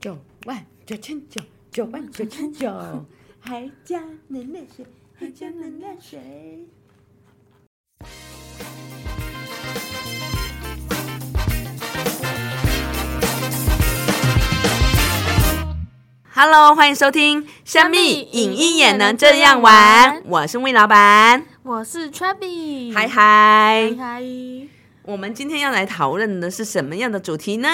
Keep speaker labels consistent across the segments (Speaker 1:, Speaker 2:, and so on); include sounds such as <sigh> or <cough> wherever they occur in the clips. Speaker 1: 九万九千九，九万九千九，还加能量水，还加能量水。
Speaker 2: Hello，欢迎收听《生命影音也能这样玩》，嗯我是魏老板，
Speaker 3: 我是 Chubby，
Speaker 2: 嗨嗨。
Speaker 3: 嗨，
Speaker 2: 我们今天要来讨论的是什么样的主题呢？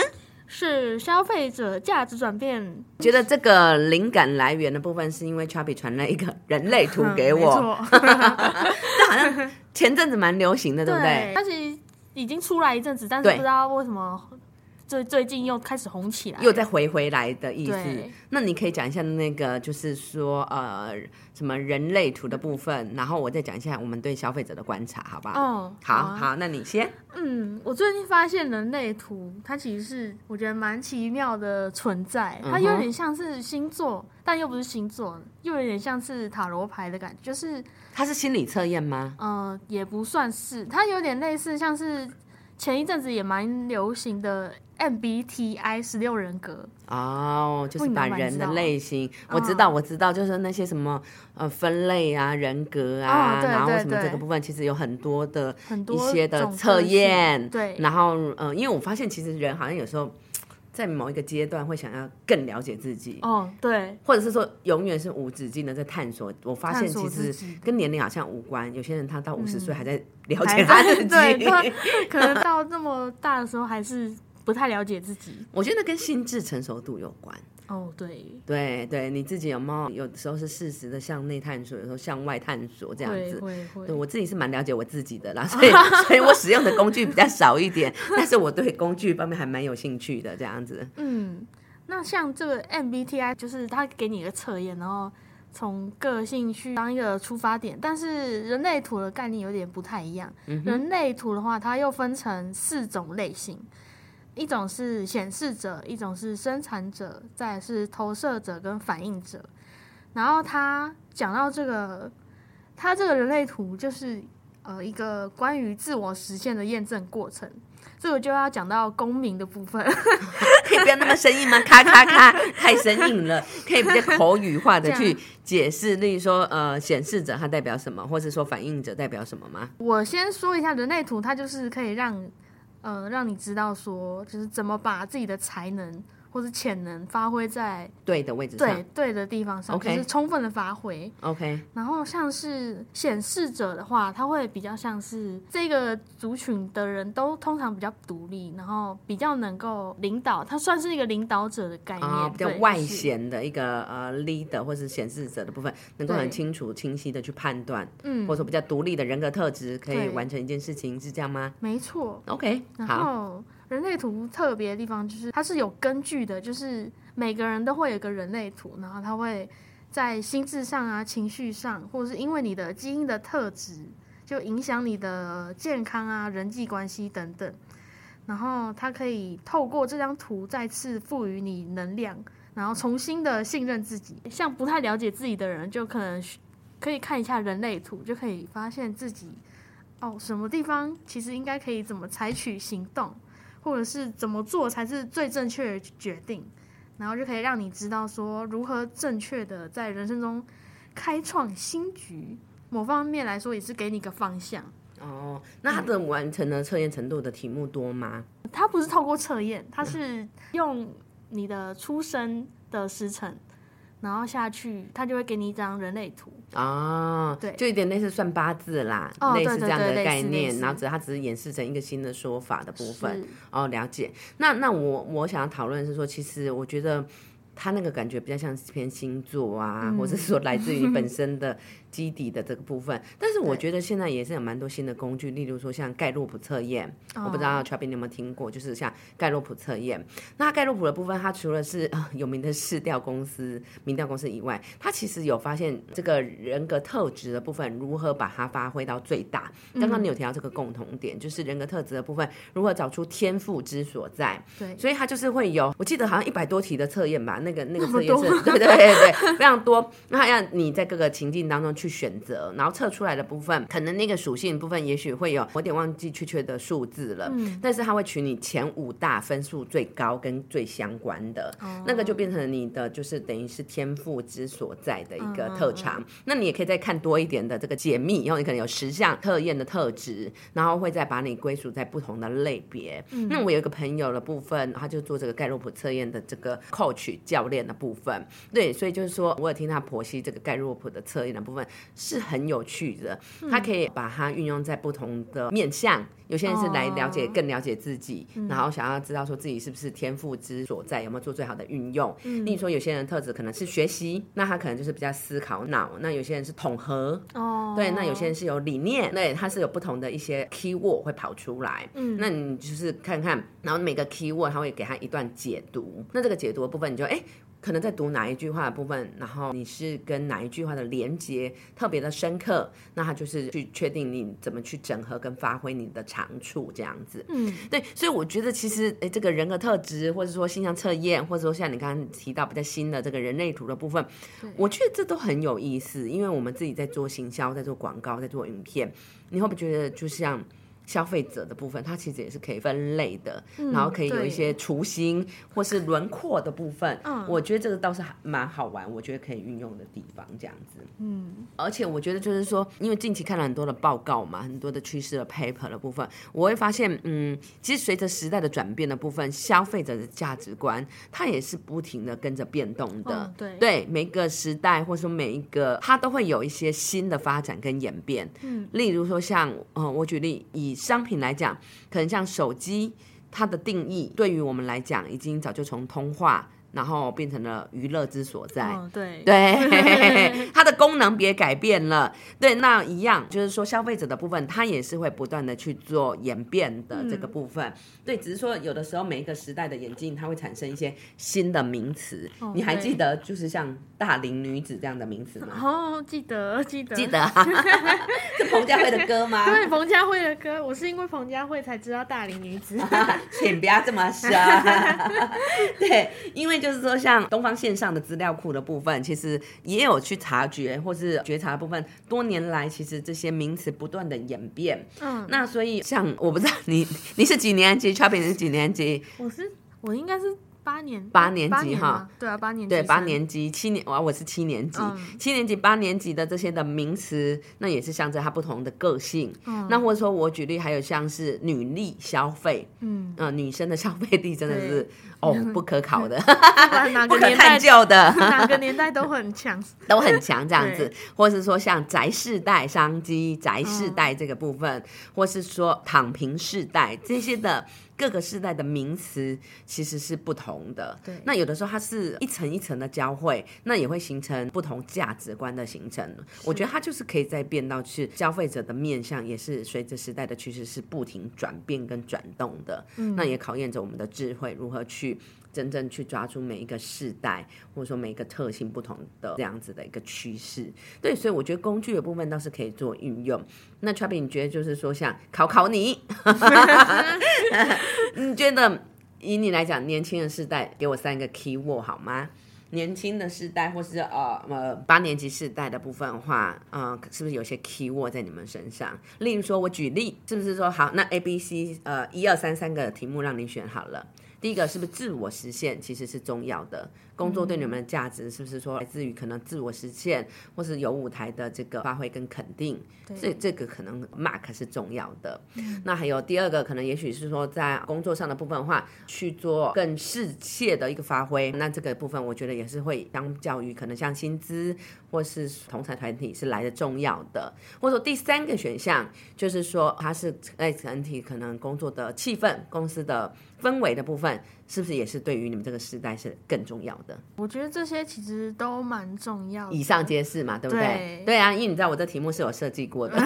Speaker 3: 是消费者价值转变，
Speaker 2: 觉得这个灵感来源的部分是因为 Chubby 传了一个人类图给我，
Speaker 3: 嗯没错
Speaker 2: 这好像前阵子蛮流行 <laughs> 的，对不对？
Speaker 3: 它其实已经出来一阵子，但是
Speaker 2: 对
Speaker 3: 不知道为什么最最近又开始红起来，嗯
Speaker 2: 又再回回来的意思
Speaker 3: 对。
Speaker 2: 那你可以讲一下那个，就是说呃，什么人类图的部分，然后我再讲一下我们对消费者的观察，好不好？
Speaker 3: 嗯
Speaker 2: 哦好
Speaker 3: 啊
Speaker 2: 好，那你先。
Speaker 3: 嗯，我最近发现人类图，它其实是我觉得蛮奇妙的存在，
Speaker 2: 嗯
Speaker 3: 它
Speaker 2: 哼
Speaker 3: 有点像是星座，但又不是星座，又有点像是塔罗牌的感觉，就是
Speaker 2: 它是心理测验吗？
Speaker 3: 呃，也不算是，它有点类似像是前一阵子也蛮流行的 MBTI 十六人格，
Speaker 2: 哦，就是
Speaker 3: 哦你
Speaker 2: 把
Speaker 3: 们蛮
Speaker 2: 人
Speaker 3: 知
Speaker 2: 的
Speaker 3: 道嗯啊
Speaker 2: 类型，我知道，我知道，就是那些什么呃分类啊、人格啊，
Speaker 3: 哦对
Speaker 2: 然后
Speaker 3: 对
Speaker 2: 什么这
Speaker 3: 对
Speaker 2: 个部分，其实有很多的
Speaker 3: 很
Speaker 2: 一
Speaker 3: 多
Speaker 2: 些的
Speaker 3: 种个
Speaker 2: 测
Speaker 3: 性
Speaker 2: 验，
Speaker 3: 对，
Speaker 2: 然后呃，因为我发现其实人好像有时候在某一个阶段会想要更了解自己，
Speaker 3: 哦，对，
Speaker 2: 或者是说永远是无止境的在探索。我发现
Speaker 3: 探索
Speaker 2: 其
Speaker 3: 自
Speaker 2: 实
Speaker 3: 己
Speaker 2: 跟年龄好像无关，有些人他到五十岁
Speaker 3: 嗯
Speaker 2: 还在了
Speaker 3: 还
Speaker 2: 解他
Speaker 3: 在
Speaker 2: 自
Speaker 3: 对，
Speaker 2: 己。
Speaker 3: 可可能到这么大的时候还是不太了解自己。
Speaker 2: <laughs> 我觉得跟心智成熟度有关。
Speaker 3: 哦，对，
Speaker 2: 对对，你自己有没有？有时候是适时的向内探索，有时候向外探索这样
Speaker 3: 会
Speaker 2: 子。
Speaker 3: 会会
Speaker 2: 对，我自己是蛮了解我自己的啦，所以所以我使用的工具比较少一点，但是我对工具方面还蛮有兴趣的这样子。
Speaker 3: 嗯，那像这个 MBTI，就是它给你一个测验，然后从个性去当一个出发点。但是人类图的概念有点不太一样。人类图的话，它又分成四种类型，一种是显示者，一种是生产者，再来是投射者跟反应者。然后他讲到这个，他这个人类图就是呃一个关于自我实现的验证过程。这个就要讲到公民的部分。
Speaker 2: 可以不要那么生硬吗？咔咔咔，太生硬了。可以比较口语化的
Speaker 3: 这
Speaker 2: 去
Speaker 3: 样
Speaker 2: 解释，例如说，呃，显示者它代表什么，或是说反应者代表什么吗？
Speaker 3: 我先说一下人类图，它就是可以让，呃，让你知道说，就是怎么把自己的才能或者潜能发挥在
Speaker 2: 对的位置
Speaker 3: 对
Speaker 2: 上。
Speaker 3: 对的地方上
Speaker 2: OK
Speaker 3: 就是充分的发挥。
Speaker 2: OK，
Speaker 3: 然后像是显示者的话，他会比较像是这个族群的人都通常比较独立，然后比较能够领导，他算是一个领导者的概念，
Speaker 2: 啊，比较
Speaker 3: 对
Speaker 2: 外。
Speaker 3: 是
Speaker 2: 显的一个呃 leader 或是显示者的部分，能够
Speaker 3: 对
Speaker 2: 很清楚、清晰的去判断，
Speaker 3: 嗯
Speaker 2: 或者，说比较独立的人格特质，可以
Speaker 3: 对
Speaker 2: 完成一件事情，是这样吗
Speaker 3: 没错。
Speaker 2: ？OK，
Speaker 3: 然
Speaker 2: 好，
Speaker 3: 后人类图特别的地方就是它是有根据的，就是每个人都会有一个人类图，然后它会在心智上啊、情绪上，或者是因为你的基因的特质，就影响你的健康啊、人际关系等等。然后它可以透过这张图再次赋予你能量，然后重新的信任自己。像不太了解自己的人，就可能需可以看一下人类图，就可以发现自己哦，什么地方其实应该可以怎么采取行动，或者是怎么做才是最正确的决定，然后就可以让你知道说如何正确的在人生中开创新局。某方面来说，也是给你一个方向。
Speaker 2: 哦，那它
Speaker 3: 嗯
Speaker 2: 的完成的测验程度的题目多吗？
Speaker 3: 它不是透过测验，它是用你的出生的时辰，然后下去，它就会给你一张人类图。
Speaker 2: 哦，
Speaker 3: 对
Speaker 2: 就有点类似算八字啦，
Speaker 3: 哦
Speaker 2: 类
Speaker 3: 对
Speaker 2: 似这
Speaker 3: 对
Speaker 2: 样
Speaker 3: 对
Speaker 2: 的
Speaker 3: 类
Speaker 2: 概
Speaker 3: 似类
Speaker 2: 念，
Speaker 3: 似
Speaker 2: 然后只是它只是演示成一个新的说法的部分
Speaker 3: 是。
Speaker 2: 哦，了解。那那我我想要讨论的是说，其实我觉得它那个感觉比较像是偏星座啊，或者是说来自于你本身的基底的这个部分。但是我觉得现在也是有蛮多新的工具，例如说像盖洛普测验，我不知道 Chubby 你有没有听过，就是像盖洛普测验。那盖洛普的部分，它除了是、呃有名的市调公司、民调公司以外，它其实有发现这个人格特质的部分如何把它发挥到最大。刚刚你有提到这个共同点，就是人格特质的部分如何找出天赋之所在。
Speaker 3: 对，
Speaker 2: 所以它就是会有，我记得好像一百多题的测验吧，那个那个测验
Speaker 3: 那么
Speaker 2: 是，对对对对，非常多。那它让你在各个情境当中去选择，然后测出来的部分，可能那个属性部分也许会有，我有点忘记确切的数字了，但是它会取你前五大分数最高跟最相关的，那个就变成了你的就是等于是天赋之所在的一个特长。那你也可以再看多一点的这个解密，以后你可能有十项测验的特质，然后会再把你归属在不同的类别。那我有一个朋友的部分，他就做这个盖洛普测验的这个 coach 教练的部分，对，所以就是说我有听他婆媳这个盖洛普的测验的部分是很有趣的，
Speaker 3: 嗯
Speaker 2: 他可以把它运用在不同的面向。有些人是来了解、
Speaker 3: 哦嗯
Speaker 2: 更了解自己，然后想要知道说自己是不是天赋之所在，有没有做最好的运用。
Speaker 3: 嗯
Speaker 2: 例如说，有些人的特质可能是学习，那他可能就是比较思考脑；那有些人是统合，
Speaker 3: 哦，
Speaker 2: 对，那有些人是有理念，对，它是有不同的一些 key word 会跑出来。嗯，那你就是看看，然后每个 key word 它会给它一段解读，那这个解读的部分你就哎。可能在读哪一句话的部分，然后你是跟哪一句话的连接特别的深刻，那它就是去确定你怎么去整合跟发挥你的长处这样子。
Speaker 3: 嗯，
Speaker 2: 对，所以我觉得其实诶，这个人格特质，或者说性向测验，或者说像你刚刚提到比较新的这个人类图的部分，我觉得这都很有意思，因为我们自己在做行销，在做广告，在做影片，你会不会觉得就像？消费者的部分，它其实也是可以分类的，
Speaker 3: 嗯
Speaker 2: 然后可以有一些雏形或是轮廓的部分。
Speaker 3: 嗯
Speaker 2: 我觉得这个倒是还蛮好玩，我觉得可以运用的地方这样子。
Speaker 3: 嗯，
Speaker 2: 而且我觉得就是说，因为近期看了很多的报告嘛，很多的趋势的 paper 的部分，我会发现，嗯，其实随着时代的转变的部分，消费者的价值观它也是不停的跟着变动的。
Speaker 3: 哦对
Speaker 2: 对，每一个时代或者说每一个，它都会有一些新的发展跟演变。嗯，例如说像，呃，我举例以商品来讲，可能像手机，它的定义对于我们来讲，已经早就从通话，然后变成了娱乐之所在。
Speaker 3: 哦对， <laughs>
Speaker 2: 对，它的功能别改变了。对，那一样就是说消费者的部分，它也是会不断的去做演变的
Speaker 3: 嗯
Speaker 2: 这个部分。对，只是说有的时候每一个时代的演进，它会产生一些新的名词。
Speaker 3: 哦
Speaker 2: 你还
Speaker 3: 对
Speaker 2: 记得就是像大龄女子这样的名词吗？
Speaker 3: 哦，记得 <laughs> 记得
Speaker 2: 记得、啊， <laughs> 是彭佳慧的歌吗？
Speaker 3: <laughs> 对彭佳慧的歌，我是因为彭佳慧才知道大龄女
Speaker 2: <laughs>
Speaker 3: 子。
Speaker 2: 请不要这么傻。 <laughs> 对，因为就是说，像东方线上的资料库的部分，其实也有去察觉或是觉察的部分。多年来，其实这些名词不断的演变。
Speaker 3: 嗯，
Speaker 2: 那所以，像我不知道你你是几年级 c h a p i n 是几年级？
Speaker 3: 我是我应该是八年
Speaker 2: 八年级
Speaker 3: 级
Speaker 2: 哈
Speaker 3: 吗，对啊，八年级
Speaker 2: 对，八
Speaker 3: 生 <laughs>
Speaker 2: 年级、七年，哇，我是七年级、
Speaker 3: 嗯
Speaker 2: 七年级、八年级的这些的名词，那也是象征它不同的个性。
Speaker 3: 嗯
Speaker 2: 那或者说我举例，还有像是女力消费，
Speaker 3: 嗯，
Speaker 2: 嗯、女生的消费力真的是哦不可考的。
Speaker 3: 不然哪
Speaker 2: 不
Speaker 3: 个
Speaker 2: 可
Speaker 3: 年
Speaker 2: 探
Speaker 3: 代 <laughs>
Speaker 2: 究的
Speaker 3: 哪个年代都很强。
Speaker 2: <laughs> 都很强，这样子
Speaker 3: 对，
Speaker 2: 或是说像宅世代商机、宅世代这个部分，或是说躺平世代这些的各个世代的名词其实是不同的。
Speaker 3: 对
Speaker 2: 那有的时候它是一层一层的交汇，那也会形成不同价值观的形成。我觉得它就是可以再变到去消费者的面向，也是随着时代的趋势是不停转变跟转动的。那也考验着我们的智慧如何去。真正去抓住每一个世代，或者说每一个特性不同的这样子的一个趋势，对，所以我觉得工具的部分倒是可以做运用。那 t r a p p y 你觉得就是说像考考你， <laughs> 你觉得以你来讲，年轻的世代，给我三个 key word 好吗？年轻的世代，或是呃呃八年级世代的部分的话，呃，是不是有些 key word 在你们身上？例如说，我举例，是不是说好？那 A、B、C，呃，一二三三个题目让你选好了。第一个是不是自我实现其实是重要的？工作对你们的价值是不是说来自于可能自我实现，或是有舞台的这个发挥跟肯定？这这个可能 mark 是重要的。那还有第二个，可能也许是说在工作上的部分的话，去做更适切的一个发挥。那这个部分我觉得也是会相较于可能像薪资或是同财团体是来的重要的。或者说第三个选项就是说它是哎整体可能工作的气氛、公司的氛围的部分，是不是也是对于你们这个时代是更重要的？
Speaker 3: 我觉得这些其实都蛮重要的。
Speaker 2: 以上皆是嘛，对不对？
Speaker 3: 对 <laughs>
Speaker 2: 啊，因为你知道我这题目是有设计过的。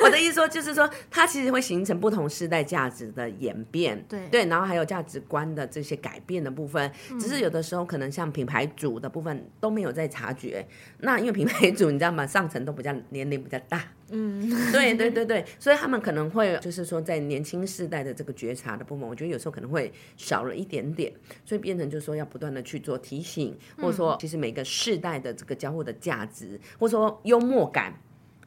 Speaker 2: 我的意思说，就是说，它其实会形成不同世代价值的演变，
Speaker 3: 对嗯
Speaker 2: 对，然后还有价值观的这些改变的部分，只是有的时候可能像品牌主的部分都没有在察觉。那因为品牌主你知道吗，上层都比较年龄比较大，
Speaker 3: 嗯，
Speaker 2: 对对对对，所以他们可能会就是说，在年轻世代的这个觉察的部分，我觉得有时候可能会少了一点点，所以变成就是说要不断的去做提醒，
Speaker 3: 嗯
Speaker 2: 或者说其实每个世代的这个交互的价值，或者说幽默感。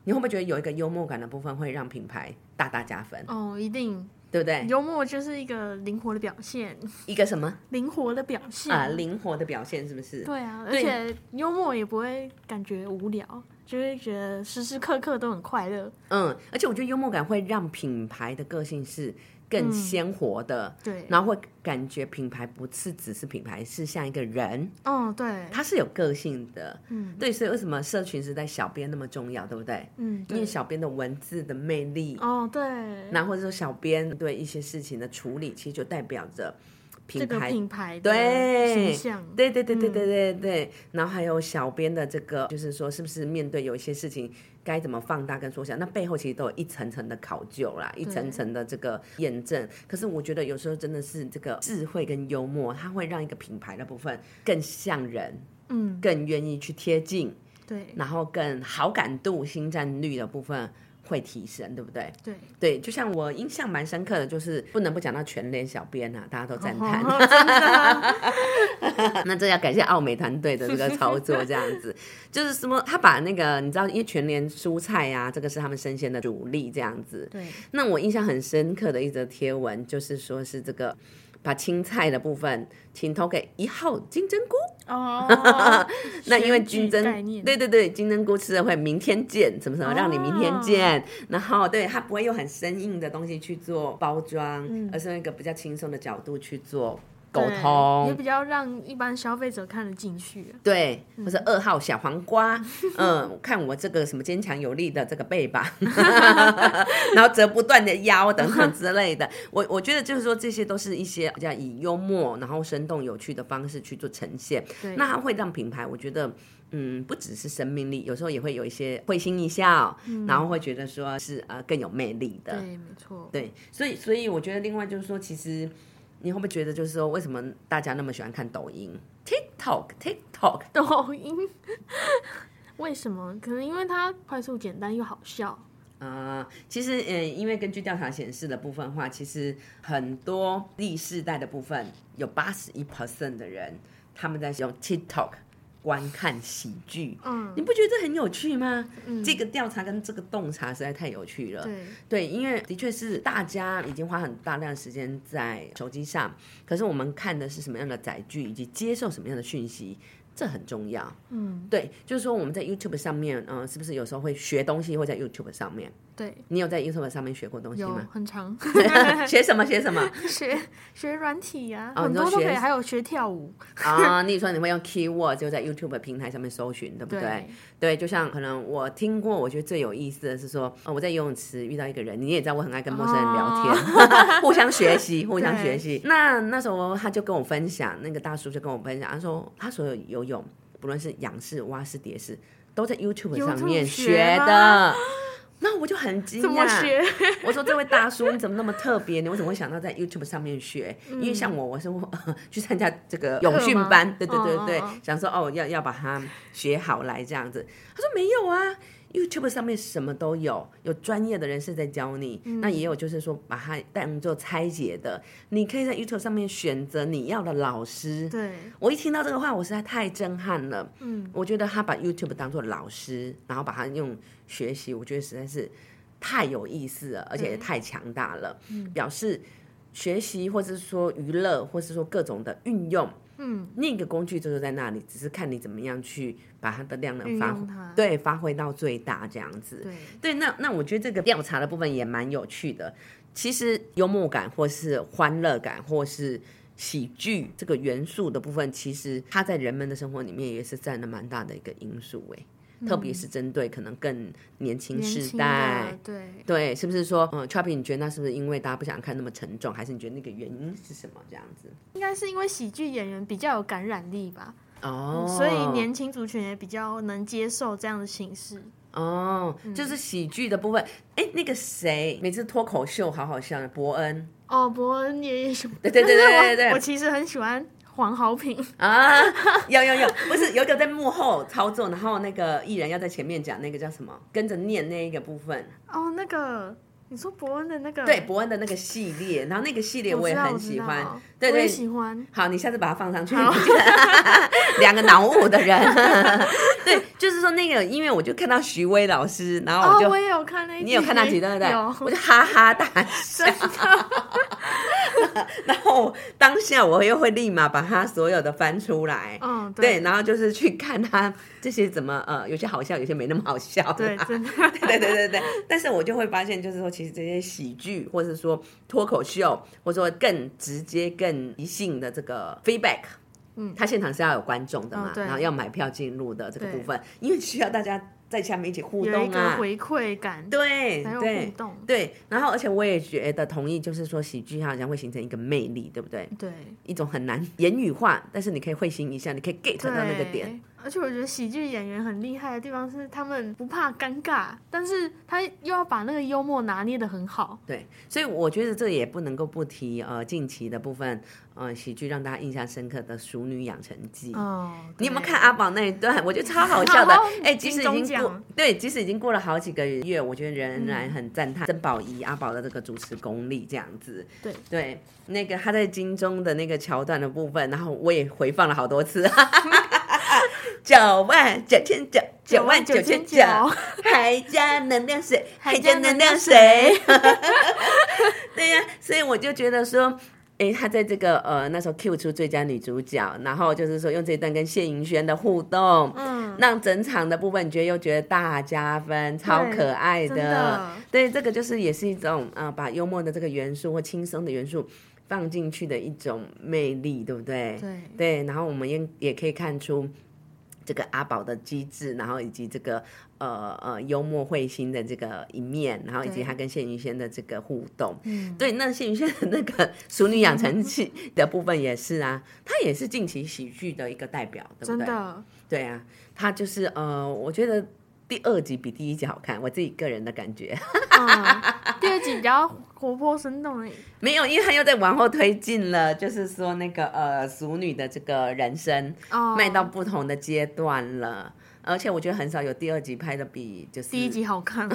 Speaker 2: 你会不会觉得有一个幽默感的部分会让品牌大大加分，
Speaker 3: 哦，一定，
Speaker 2: 对不对？
Speaker 3: 幽默就是一个灵活的表现， <laughs>
Speaker 2: 一个什么
Speaker 3: 灵活的表现
Speaker 2: 啊、灵活的表现是不是？
Speaker 3: 对啊，而
Speaker 2: 对
Speaker 3: 且幽默也不会感觉无聊，就会觉得时时刻刻都很快乐。
Speaker 2: 嗯，而且我觉得幽默感会让品牌的个性是
Speaker 3: 嗯
Speaker 2: 更鲜活的，
Speaker 3: 对，
Speaker 2: 然后会感觉品牌不是只是品牌，是像一个人。
Speaker 3: 哦，对，
Speaker 2: 它是有个性的，
Speaker 3: 嗯
Speaker 2: 对，所以为什么社群时代小编那么重要，对不对？
Speaker 3: 嗯，
Speaker 2: 因为
Speaker 3: 对
Speaker 2: 小编的文字的魅力，
Speaker 3: 哦，对，
Speaker 2: 那或者说小编对一些事情的处理，其实就代表着
Speaker 3: 这
Speaker 2: 品
Speaker 3: 个
Speaker 2: 牌。
Speaker 3: 品牌的
Speaker 2: 对
Speaker 3: 形象，嗯
Speaker 2: 对对对对对对对，然后还有小编的这个，就是说是不是面对有一些事情该怎么放大跟缩小，那背后其实都有一层层的考究啦，一层层的这个验证。可是我觉得有时候真的是这个智慧跟幽默，它会让一个品牌的部分更像人，
Speaker 3: 嗯，
Speaker 2: 更愿意去贴近，
Speaker 3: 对
Speaker 2: 然后更好感度、新战率的部分会提升，对不对？
Speaker 3: 对，
Speaker 2: 对，就像我印象蛮深刻的，就是不能不讲到全联小编啊，大家都赞叹。<laughs>
Speaker 3: <laughs> 哦真的
Speaker 2: 那这要感谢奥美团队的这个操作，这样子就是什么，他把那个你知道，因为全联蔬菜啊，这个是他们生鲜的主力，这样子。
Speaker 3: 对，
Speaker 2: 那我印象很深刻的一则贴文，就是说是这个把青菜的部分请投给一号金针菇。，
Speaker 3: 哦
Speaker 2: 那因为
Speaker 3: 选举
Speaker 2: 金
Speaker 3: 概
Speaker 2: 针
Speaker 3: 念，
Speaker 2: 对对对，金针菇吃了会明天见，什么什么，让你明天
Speaker 3: 哦
Speaker 2: 见。然后对它不会用很生硬的东西去做包装，而是用一个比较轻松的角度去做沟
Speaker 3: 嗯对也
Speaker 2: 通
Speaker 3: 比。较让一般消费者看得进去。啊
Speaker 2: 对，或者二号小黄瓜，嗯，看我这个什么坚强有力的这个背吧， <laughs> 然后折不断的腰等等之类的，我我觉得就是说这些都是一些比较以幽默然后生动有趣的方式去做呈现，
Speaker 3: 对，
Speaker 2: 那它会让品牌，我觉得，嗯，不只是生命力，有时候也会有一些会心一笑，然后会觉得说是呃更有魅力的。
Speaker 3: 对，没错，
Speaker 2: 对，所以所以我觉得另外就是说，其实你会不会觉得就是说，为什么大家那么喜欢看抖音、TikTok、TikTok？
Speaker 3: 抖音为什么？可能因为它快速、简单又好笑。
Speaker 2: 啊、其实嗯，因为根据调查显示的部分的话，其实很多 Z 世代的部分有八十一 percent 的人他们在使用 TikTok 观看喜剧，
Speaker 3: 嗯
Speaker 2: 你不觉得这很有趣吗？
Speaker 3: 嗯，
Speaker 2: 这个调查跟这个洞察实在太有趣了。
Speaker 3: 对
Speaker 2: 对，因为的确是大家已经花很大量的时间在手机上，可是我们看的是什么样的载具，以及接受什么样的讯息，这很重要。
Speaker 3: 嗯，
Speaker 2: 对，就是说我们在 YouTube 上面，嗯、是不是有时候会学东西，会在 YouTube 上面？
Speaker 3: 对，
Speaker 2: 你有在 YouTube 上面学过东西
Speaker 3: 有
Speaker 2: 吗？
Speaker 3: 很
Speaker 2: <laughs>
Speaker 3: 长。
Speaker 2: 学什么？学什么？
Speaker 3: 学学软体呀、
Speaker 2: 哦
Speaker 3: 很
Speaker 2: 你说
Speaker 3: 多都可以，
Speaker 2: 学
Speaker 3: 还有学跳舞，
Speaker 2: 啊、你说你会用 keyword 就在 YouTube 平台上面搜寻，对不对？
Speaker 3: 对
Speaker 2: 对，就像可能我听过，我觉得最有意思的是说，呃，我在游泳池遇到一个人，你也知道我很爱跟陌生人聊天，
Speaker 3: 哦
Speaker 2: <laughs> 互相学
Speaker 3: <laughs>
Speaker 2: 习，互相学习。那那时候他就跟我分享，那个大叔就跟我分享，他说他所有游泳，不论是仰式、蛙式、蝶式，都在 YouTube 上
Speaker 3: YouTube
Speaker 2: 面
Speaker 3: 学
Speaker 2: 学的
Speaker 3: 吗。
Speaker 2: 那我就很惊
Speaker 3: 怎么
Speaker 2: 讶， <laughs>
Speaker 3: 学？
Speaker 2: 我说这位大叔你怎么那么特别？你为什么会想到在 YouTube 上面学？因为像我，我是 <laughs> 会去参加这个泳训班，对对对对，
Speaker 3: 哦哦哦
Speaker 2: 想说哦要要把它学好来这样子。他说没有啊。YouTube 上面什么都有，有专业的人士在教你，那也有就是说把它当做拆解的，你可以在 YouTube 上面选择你要的老师。
Speaker 3: 对，
Speaker 2: 我一听到这个话，我实在太震撼了。
Speaker 3: 嗯，
Speaker 2: 我觉得他把 YouTube 当做老师，然后把它用学习，我觉得实在是太有意思了，而且也太强大了。
Speaker 3: 嗯
Speaker 2: 表示学习，或是说娱乐，或是说各种的运用，
Speaker 3: 嗯，
Speaker 2: 那个工具就是在那里，只是看你怎么样去把它的量能
Speaker 3: 运
Speaker 2: 发挥，
Speaker 3: 用它，
Speaker 2: 对，发挥到最大这样子。
Speaker 3: 对，
Speaker 2: 对，那那我觉得这个调查的部分也蛮有趣的。其实幽默感，或是欢乐感，或是喜剧这个元素的部分，其实它在人们的生活里面也是占了蛮大的一个因素诶，特别是针对可能更年轻
Speaker 3: 嗯年
Speaker 2: 世
Speaker 3: 轻
Speaker 2: 代
Speaker 3: 的，。对，
Speaker 2: 对，是不是说，嗯，Chubby，你觉得那是不是因为大家不想看那么沉重，还是你觉得那个原因是什么？这样子
Speaker 3: 应该是因为喜剧演员比较有感染力吧，
Speaker 2: 哦
Speaker 3: 所以年轻族群也比较能接受这样的形式。
Speaker 2: 哦，
Speaker 3: 嗯
Speaker 2: 就是喜剧的部分。哎，那个谁，每次脱口秀好好笑的伯恩
Speaker 3: 哦，伯恩爷爷熊，
Speaker 2: 对对对对对对
Speaker 3: 但是 <laughs> 我我其实很喜欢黄豪平，
Speaker 2: 啊，有有有，不是有一个在幕后操作，然后那个艺人要在前面讲那个叫什么，跟着念那一个部分。
Speaker 3: 哦，那个你说伯恩的那个，
Speaker 2: 对，伯恩的那个系列，然后那个系列
Speaker 3: 我
Speaker 2: 也
Speaker 3: 知道
Speaker 2: 很喜
Speaker 3: 我知
Speaker 2: 欢
Speaker 3: 道。
Speaker 2: 对
Speaker 3: 我也
Speaker 2: 对，
Speaker 3: 喜欢。
Speaker 2: 好，你下次把它放上去。两个脑雾的人，对，就是说那个，因为我就看到徐威老师，然后
Speaker 3: 哦
Speaker 2: 我就、，
Speaker 3: 我也有看那一集，
Speaker 2: 你有看那集对不对？
Speaker 3: 有， <laughs>
Speaker 2: 我就哈哈大笑，然后当下我又会立马把他所有的翻出来。
Speaker 3: 嗯，
Speaker 2: 对，
Speaker 3: 对
Speaker 2: 然后就是去看他这些怎么呃，有些好笑，有些没那么好笑啦。
Speaker 3: 对，真的，
Speaker 2: <laughs> 对对对对，但是我就会发现，就是说，其实这些喜剧，或是说脱口秀，或者说更直接、更即性的这个 feedback，嗯，他现场是要有观众的嘛，
Speaker 3: 哦对
Speaker 2: 然后要买票进入的这个
Speaker 3: 对
Speaker 2: 部分，因为需要大家在下面一起互
Speaker 3: 有一
Speaker 2: 动
Speaker 3: 个
Speaker 2: 啊，
Speaker 3: 回馈感，
Speaker 2: 对
Speaker 3: 还有
Speaker 2: 对
Speaker 3: 互动，
Speaker 2: 对，然后而且我也觉得同意，就是说喜剧它好像会形成一个魅力，对不对？
Speaker 3: 对
Speaker 2: 一种很难言语化，但是你可以会心一笑，你可以 get 到那个点。
Speaker 3: 对而且我觉得喜剧演员很厉害的地方是，他们不怕尴尬，但是他又要把那个幽默拿捏的很好。
Speaker 2: 对，所以我觉得这也不能够不提呃近期的部分呃喜剧让大家印象深刻的《熟女养成记》。
Speaker 3: 哦，
Speaker 2: 你有没有
Speaker 3: 对
Speaker 2: 看？阿宝那一段？ <laughs> 我觉得超好笑的
Speaker 3: 好。
Speaker 2: 哎、即使已
Speaker 3: 金钟
Speaker 2: 经过
Speaker 3: 奖
Speaker 2: 对，即使已经过了好几个月，我觉得仍然很赞叹曾宝仪阿宝的这个主持功力这样子。
Speaker 3: 对
Speaker 2: 对，那个他在金钟的那个桥段的部分，然后我也回放了好多 <laughs> 次。九万九千九，九万九千九，还加能量水，还加能量水。 <laughs> 对呀、所以我就觉得说，诶，她在这个呃那时候 Q 出最佳女主角，然后就是说用这一段跟谢盈萱的互动，
Speaker 3: 嗯，
Speaker 2: 让整场的部分你觉得又觉得大加分，超可爱的。
Speaker 3: 真的
Speaker 2: 对，这个就是也是一种呃把幽默的这个元素或轻松的元素放进去的一种魅力，对不对？
Speaker 3: 对
Speaker 2: 对，然后我们也也可以看出这个阿宝的机智，然后以及这个呃呃幽默会心的这个一面，然后以及
Speaker 3: 对
Speaker 2: 他跟谢云轩的这个互动。
Speaker 3: 嗯，
Speaker 2: 对，那谢云轩的那个《熟女养成记》的部分也是啊，他也是近期喜剧的一个代表，对不
Speaker 3: 真
Speaker 2: 对？ <laughs>
Speaker 3: 的，
Speaker 2: 对啊，他就是呃，我觉得第二集比第一集好看，我自己个人的感觉。 <laughs>
Speaker 3: 嗯，第二集比较活泼生动
Speaker 2: <laughs>
Speaker 3: 而已。
Speaker 2: 没有，因为他又在往后推进了，就是说那个呃，熟女的这个人生
Speaker 3: 哦，
Speaker 2: 迈到不同的阶段了。而且我觉得很少有第二集拍的比就是
Speaker 3: 第一集好看，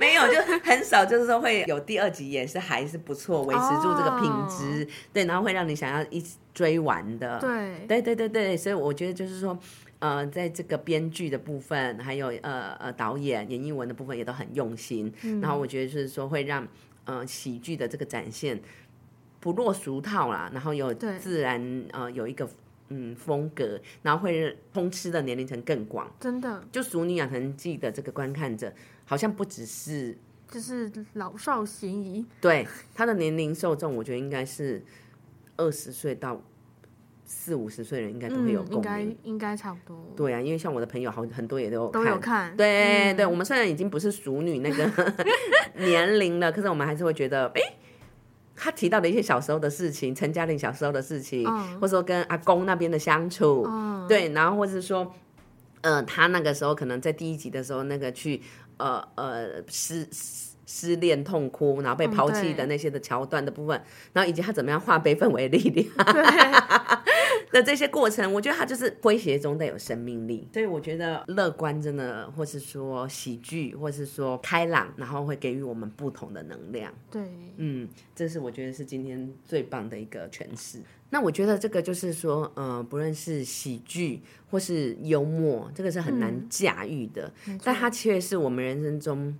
Speaker 2: 没有，就很少，就是说会有第二集也是还是不错，维持住这个品质，对，然后会让你想要一直追完的，
Speaker 3: <laughs> 哦对，
Speaker 2: 对对对对，所以我觉得就是说，呃，在这个编剧的部分，还有呃呃导演、演艺文的部分也都很用心，
Speaker 3: 嗯
Speaker 2: 然后我觉得就是说会让呃喜剧的这个展现不落俗套啦，然后有
Speaker 3: 对
Speaker 2: 自然呃有一个嗯风格，然后会通吃的年龄层更广。
Speaker 3: 真的
Speaker 2: 就《熟女养成记》的这个观看者，好像不只是
Speaker 3: 就是老少咸宜。
Speaker 2: 对他的年龄受众，我觉得应该是二十岁到四五十岁的人应该都会有
Speaker 3: 嗯，应
Speaker 2: 共
Speaker 3: 该
Speaker 2: 鸣。
Speaker 3: 应该差不多，
Speaker 2: 对啊，因为像我的朋友好很多也都有
Speaker 3: 都有看。
Speaker 2: 对、
Speaker 3: 嗯
Speaker 2: 对，我们虽然已经不是熟女那个 <laughs> 年龄了，可是我们还是会觉得，哎、他提到的一些小时候的事情，陈嘉玲小时候的事情，
Speaker 3: 嗯
Speaker 2: 或者说跟阿公那边的相处，
Speaker 3: 嗯，
Speaker 2: 对，然后或是说，呃，他那个时候可能在第一集的时候，那个去呃呃失失失恋痛哭，然后被
Speaker 3: 嗯
Speaker 2: 抛弃的
Speaker 3: 对
Speaker 2: 那些的桥段的部分，然后以及他怎么样化悲愤为力量 <laughs> 的这些过程，我觉得他就是诙谐中带有生命力。所以我觉得乐观真的，或是说喜剧，或是说开朗，然后会给予我们不同的能量。
Speaker 3: 对，
Speaker 2: 嗯，这是我觉得是今天最棒的一个诠释。那我觉得这个就是说，呃，不论是喜剧或是幽默，这个是很难驾驭的，
Speaker 3: 没错
Speaker 2: 但它却是我们人生中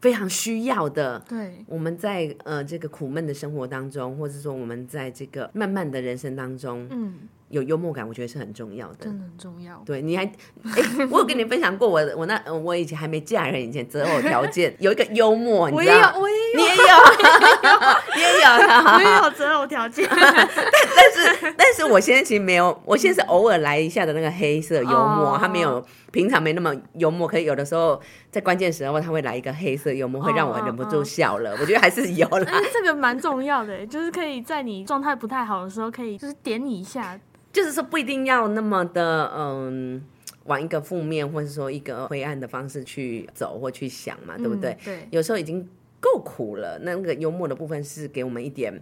Speaker 2: 非常需要的。
Speaker 3: 对，
Speaker 2: 我们在呃这个苦闷的生活当中，或是说我们在这个漫漫的人生当中，
Speaker 3: 嗯，
Speaker 2: 有幽默感，我觉得是很重要的。
Speaker 3: 真的很重要。 <laughs>
Speaker 2: 对，你还，哎，我有跟你分享过我我那呃我以前还没嫁人以前择偶条件有一个幽默，你
Speaker 3: 我
Speaker 2: 知
Speaker 3: 也
Speaker 2: 道
Speaker 3: 有
Speaker 2: 吗，
Speaker 3: 我也有，
Speaker 2: 你也有，你也有。
Speaker 3: 我也有择偶
Speaker 2: <laughs>
Speaker 3: 条件。
Speaker 2: 但是，但是我现在其实没有，我现在是偶尔来一下的那个黑色幽默，
Speaker 3: 哦
Speaker 2: 他没有平常没那么幽默，可是有的时候在关键时候他会来一个黑色幽默，会让我忍不住笑了。我觉得还是有啦 <laughs>
Speaker 3: 但，是这个蛮重要的，欸就是可以在你状态不太好的时候，可以就是点你一下。
Speaker 2: 就是说不一定要那么的嗯。往一个负面或者说一个灰暗的方式去走或去想嘛，对不对？
Speaker 3: 嗯对，
Speaker 2: 有时候已经够苦了，那个幽默的部分是给我们一点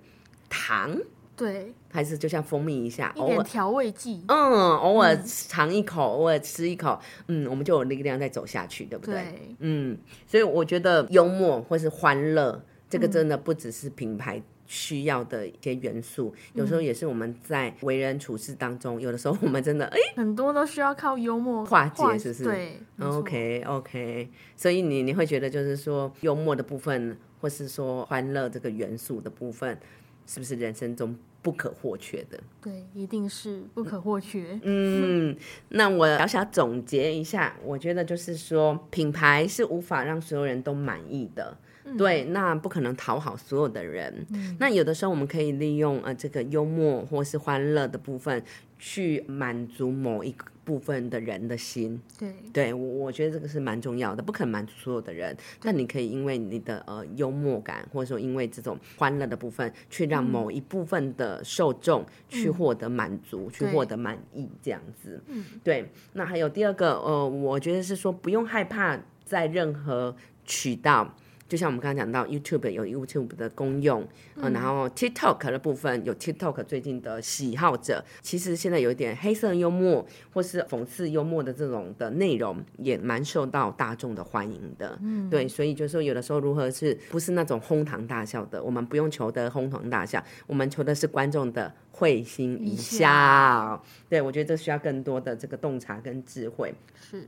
Speaker 2: 糖，
Speaker 3: 对，
Speaker 2: 还是就像蜂蜜一下，
Speaker 3: 一
Speaker 2: 偶
Speaker 3: 点
Speaker 2: 尔。
Speaker 3: 调味剂，
Speaker 2: 嗯，偶尔尝一口，偶尔吃一口，嗯，我们就有力量再走下去，对不对？
Speaker 3: 对，
Speaker 2: 嗯，所以我觉得幽默或是欢乐，这个真的不只是品牌需要的一些元素，有时候也是我们在为人处事当中，有的时候我们真的哎、
Speaker 3: 很多都需要靠幽默
Speaker 2: 化解是不是
Speaker 3: 对
Speaker 2: o k OK，所以你你会觉得就是说幽默的部分，或是说欢乐这个元素的部分，是不是人生中不可或缺的？
Speaker 3: 对，一定是不可或缺。
Speaker 2: 嗯，那我小小总结一下，我觉得就是说，品牌是无法让所有人都满意的。对，那不可能讨好所有的人。那有的时候我们可以利用呃这个幽默或是欢乐的部分，去满足某一个部分的人的心。
Speaker 3: 对，
Speaker 2: 对我，我觉得这个是蛮重要的，不可能满足所有的人，但你可以因为你的呃幽默感，或者说因为这种欢乐的部分，去让某一部分的受众去获得满足，去
Speaker 3: 对
Speaker 2: 获得满意，这样子。嗯，对。那还有第二个，呃，我觉得是说不用害怕在任何渠道。就像我们刚刚讲到，YouTube 有 YouTube 的功用，呃，然后 TikTok 的部分有 TikTok 最近的喜好者，其实现在有一点黑色幽默或是讽刺幽默的这种的内容，也蛮受到大众的欢迎的。嗯，对，所以就是说有的时候如何是不是那种哄堂大笑的，我们不用求得哄堂大笑，我们求的是观众的会心一
Speaker 3: 一
Speaker 2: 笑。
Speaker 3: 笑
Speaker 2: 对，我觉得这需要更多的这个洞察跟智慧。
Speaker 3: 是，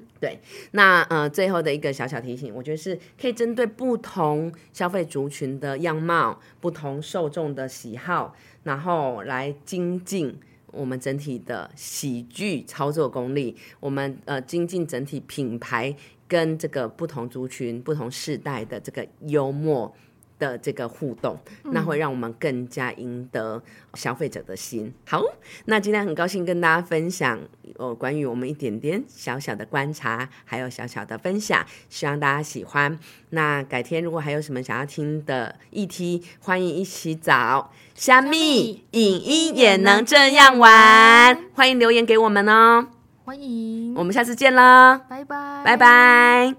Speaker 2: 那呃，最后的一个小小提醒，我觉得是可以针对不同消费族群的样貌、不同受众的喜好，然后来精进我们整体的喜剧操作功力，我们呃精进整体品牌跟这个不同族群、不同世代的这个幽默。的这个互动，那会让我们更加赢得消费者的心。好，那今天很高兴跟大家分享呃，关于我们一点点小小的观察，还有小小的分享，希望大家喜欢。那改天如果还有什么想要听的议题，欢迎一起找虾米影音也能这样玩，欢迎留言给我们哦。
Speaker 3: 欢迎，
Speaker 2: 我们下次见喽，
Speaker 3: 拜拜，
Speaker 2: 拜。拜。